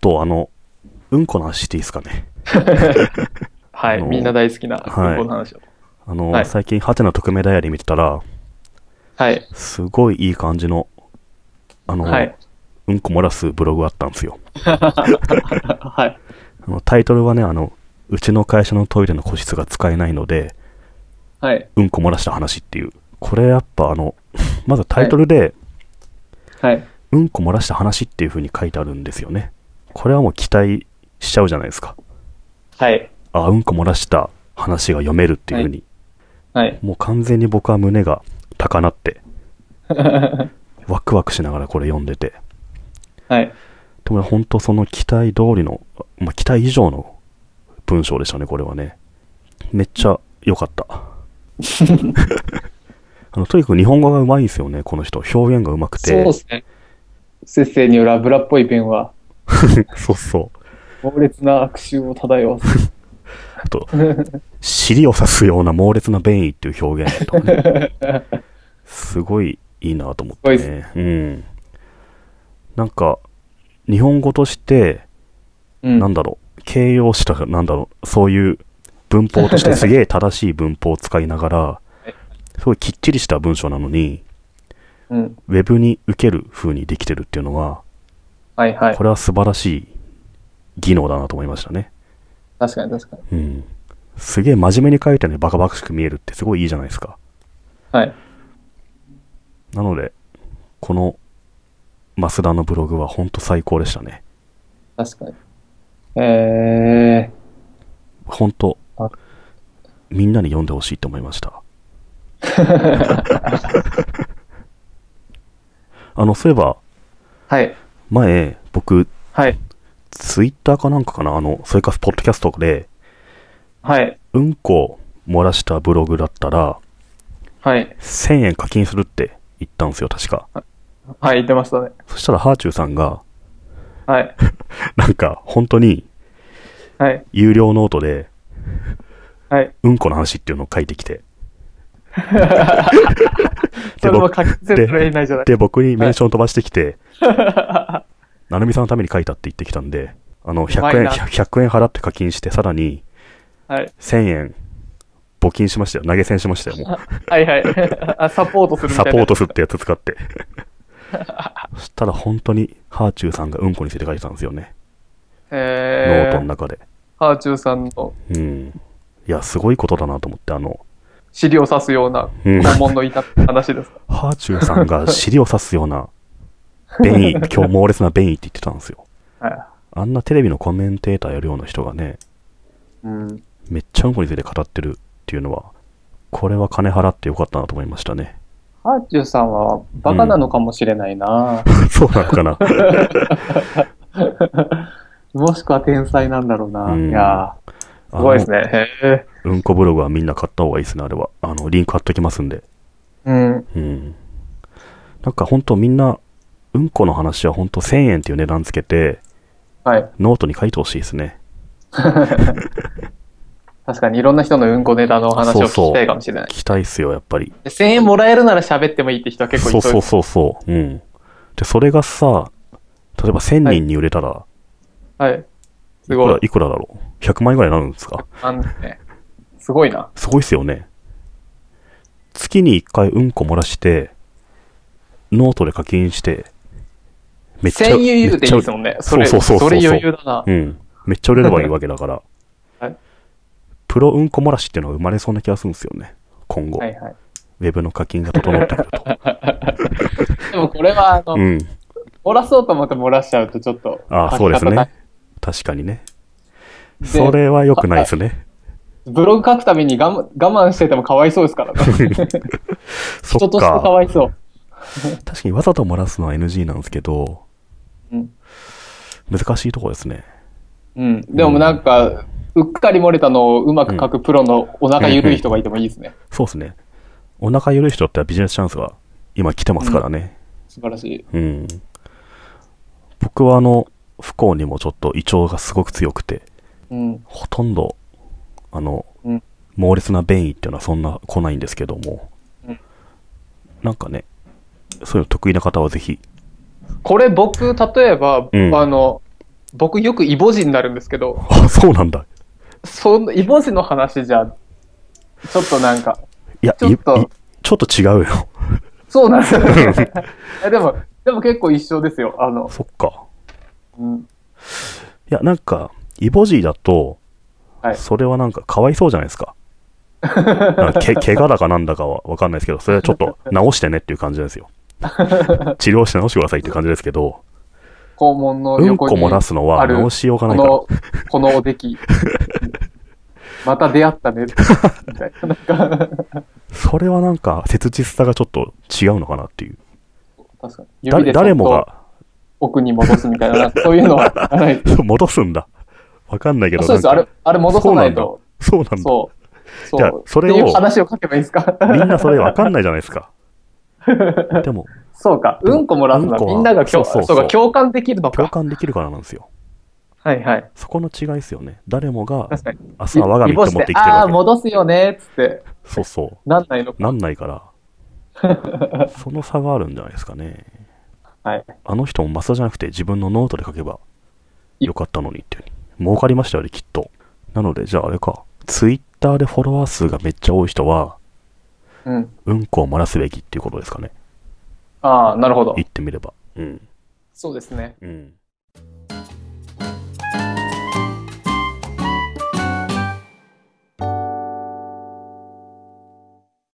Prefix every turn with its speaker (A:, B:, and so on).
A: とあの、うんこの話していいですかね。
B: は
A: あ
B: い、
A: の
B: みんな大好きな、
A: はい
B: この話を。
A: あの、
B: はい
A: 最近、ハテナ特命ダイアリー見てたら、
B: はい。
A: すごいいい感じの、あの、
B: はい。
A: うんこ漏らすブログあったんですよ。
B: はい。
A: あのタイトルはね、あの、うちの会社のトイレの個室が使えないので、
B: はい。
A: うんこ漏らした話っていう。これやっぱあの、 まずタイトルで、
B: はい。
A: うんこ漏らした話っていう風に書いてあるんですよね。これはもう期待しちゃうじゃないですか。
B: はい。
A: あ、うんこ漏らした話が読めるっていう風に。
B: はい。
A: もう完全に僕は胸が高鳴って、ワクワクしながらこれ読んでて。
B: はい。
A: でも本当その期待通りの、まあ、期待以上の文章でしたね、これはね。めっちゃ良か った。あのとにかく日本語が上手いんですよね、この人。表現が上手く
B: そう
A: て
B: で。すね。先生による油っぽいペンは、
A: そうそう。
B: 猛烈な悪臭を漂わ す。
A: あと、尻を刺すような猛烈な便意っていう表現とかね。すごいいいなと思って
B: すご
A: ね。うん。なんか、日本語として、
B: うん
A: なんだろう、形容詞とか、なんだろう、そういう文法としてすげえ正しい文法を使いな がら、すごいきっちりした文章なのに、
B: うん。
A: ウェブに受ける風にできてるっていうのは、
B: はいはい
A: こ。れは素晴らしい技能だなと思いましたね。
B: 確かに確かに。
A: うん。すげえ真面目に書いてるのにバカバカしく見えるってすごいいいじゃないですか。
B: はい。
A: なので、この、増田のブログはほんと最高でしたね。
B: 確かに。え
A: ほんと
B: あ、
A: みんなに読んでほしいと思いました。 あの、そういえば、
B: ー、はい。
A: 前、僕、
B: はい。
A: ツイッターかなんかかな、あの、それか、ポッドキャストで、
B: はい。
A: うんこ漏らしたブログだったら、
B: はい。
A: 1000円課金するって言ったんですよ、確か。
B: はい、言ってましたね。
A: そしたら、ハーチューさんが、
B: はい。
A: なんか、本当に、
B: はい。
A: 有料ノートで、
B: はい。
A: うんこの話っていうのを書いてきて、
B: それも書き捨てられないじゃない。
A: で、僕にメンション飛ばしてき て、なるみさんのために書いたって言ってきたんで、あの、
B: うま
A: 100
B: い
A: 円、
B: な
A: 100円払って課金して、さらに
B: はい。
A: 1000円募金しましたよ。投げ銭しましたよ、もう。
B: はいはい。あ、サポート するみた
A: サ
B: いな。
A: ポートするってやつ使って。 そしたら本当に、ハーチューさんがうんこについて書いてたんですよね。
B: え
A: ノー
B: ー、
A: トの中で。
B: ハーチューさんの
A: うん。いや、すごいことだなと思って、あの、
B: 尻を刺すような
A: うん
B: 肛門の痛い話ですか。
A: ハーチューさんが尻を刺すような、便意、今日猛烈な便意って言ってたんですよ。
B: は
A: あんなテレビのコメンテーターやるような人がね、
B: い。うん。
A: めっちゃうんこについて語ってるっていうのは、これは金払ってよかったなと思いましたね。
B: ハーチューさんはバカなのかもしれな いな、
A: そうなのかな。
B: もしくは天才なんだろうな、
A: うん
B: いやーすごいですね。へえ。
A: あの。うんこブログはみんな買った方がいいですね、あれは。あの、リンク貼っときますんで。
B: うん。
A: うん。なんか本当みんな、うんこの話は本当1000円っていう値段つけて、
B: はい。
A: ノートに書いてほしいですね。
B: 確かにいろんな人のうんこネタのお話を聞きたいかもしれな
A: 聞
B: い。
A: きたいっすよ、やっぱり。
B: 1000円もらえるなら喋ってもいいって人は結構い
A: そうそうそうそう。うん。で、それがさ、例えば1000人に売れたら、
B: はい。す
A: いく
B: ご
A: ら
B: い。
A: いくらだろう ?100 万円ぐらいになるんですか
B: あんね、すごいな。
A: すごいっすよね。月に1回うんこ漏らして、ノートで課金して、めっちゃ、
B: 1000余裕でいいです
A: めっち
B: もんね。それ、
A: そうそうそうそう
B: れ余裕だな。
A: ゃうん。めっちゃ売れればいいわけだから。
B: はい
A: プロうんこ漏らしっていうのが生まれそうな気がするんですよね。今後。
B: はいはい。
A: ウェブの課金が整ってく ると。
B: でもこれは、あの、
A: うん。
B: 漏らそうと思って漏らしちゃうとちょっと。
A: ああ、そうですね。確かにね。それは良くないですね。
B: ブログ書くために我慢我慢しててもかわいそうです からね。
A: そ
B: 人
A: っ
B: としてか
A: か。
B: わいそう。
A: 確かにわざと漏らすのは NG なんですけど、
B: うん。
A: 難しいとこですね。
B: うん。でもなんか、うっかり漏れたのをうまく書くプロのお腹ゆるい人がいてもいいですね。
A: そうですね。お腹緩い人だったらビジネスチャンスが今来てますからね。
B: 素晴らしい。
A: うん。僕はあの、不幸にもちょっと胃腸がすごく強くて、
B: うん。
A: ほとんど、あの、
B: うん
A: 猛烈な便意っていうのはそんな来ないんですけども、
B: うん
A: なんかね、そういうの得意な方はぜひ、
B: これ僕、例えば、
A: うん
B: あの、僕よくイボ字になるんですけど、
A: あ、そうなんだ。
B: そのイボ字の話じゃ、ちょっとなんか、
A: いや、
B: ちょっと
A: いいちょっと違うよ。
B: そうなんですよ。いやでも、でも結構一緒ですよ。あの、
A: そっか。
B: うん、
A: いや、なんか、イボジーだと、
B: はい
A: それはなんかかわいそうじゃないですか。なん かけ怪我だかなんだかはわかんないですけど、それはちょっと治してねっていう感じなんで すよ。治療して治してくださいっていう感じですけど、
B: 肛門の
A: うん
B: 横に
A: こ漏らすの
B: あ
A: は
B: る
A: 治しようがな
B: こ
A: いから。
B: の、このお でき。また出会ったね。みたいな。なんか、
A: それはなんか切実さがちょっと違うのかなっていう。
B: 確かに。
A: だ
B: 指でち
A: 誰
B: ょっ
A: も
B: と
A: が
B: 奥に戻すみたいな、なんかそういうのはない。
A: そう戻すんだ。わかんないけど、
B: そうです。あ
A: なん
B: れ
A: か、
B: あれ戻さないと。
A: そうなんだ。
B: そう。そう。
A: じゃあそれを
B: っていう話を書けばいいですか
A: みんなそれわかんないじゃないですか。でも、
B: そうか。うんこ漏らすの
A: うん
B: は
A: こは
B: みんなが共
A: そうそうそ
B: そううか共感できるの
A: 共
B: か。
A: 感できるからなんですよ。
B: はいはい。
A: そこの違いですよね。誰もが、
B: 確かに。
A: 明日は我が身って持って生きてる
B: ああ
A: わ
B: ー、
A: け
B: 戻すよね、つって。
A: そうそ
B: なんないのか
A: う。なんないから。 その差があるんじゃないですかね。
B: はい。
A: あの人もマスじゃなくて自分のノートで書けばよかったのにっていう。儲かりましたよね、きっと。なので、じゃああれか。ツイッターでフォロワー数がめっちゃ多い人は、
B: うん。
A: うんこを漏らすべきっていうことですかね。
B: ああ、なるほど。
A: 言ってみれば。うん。
B: そうですね。
A: うん。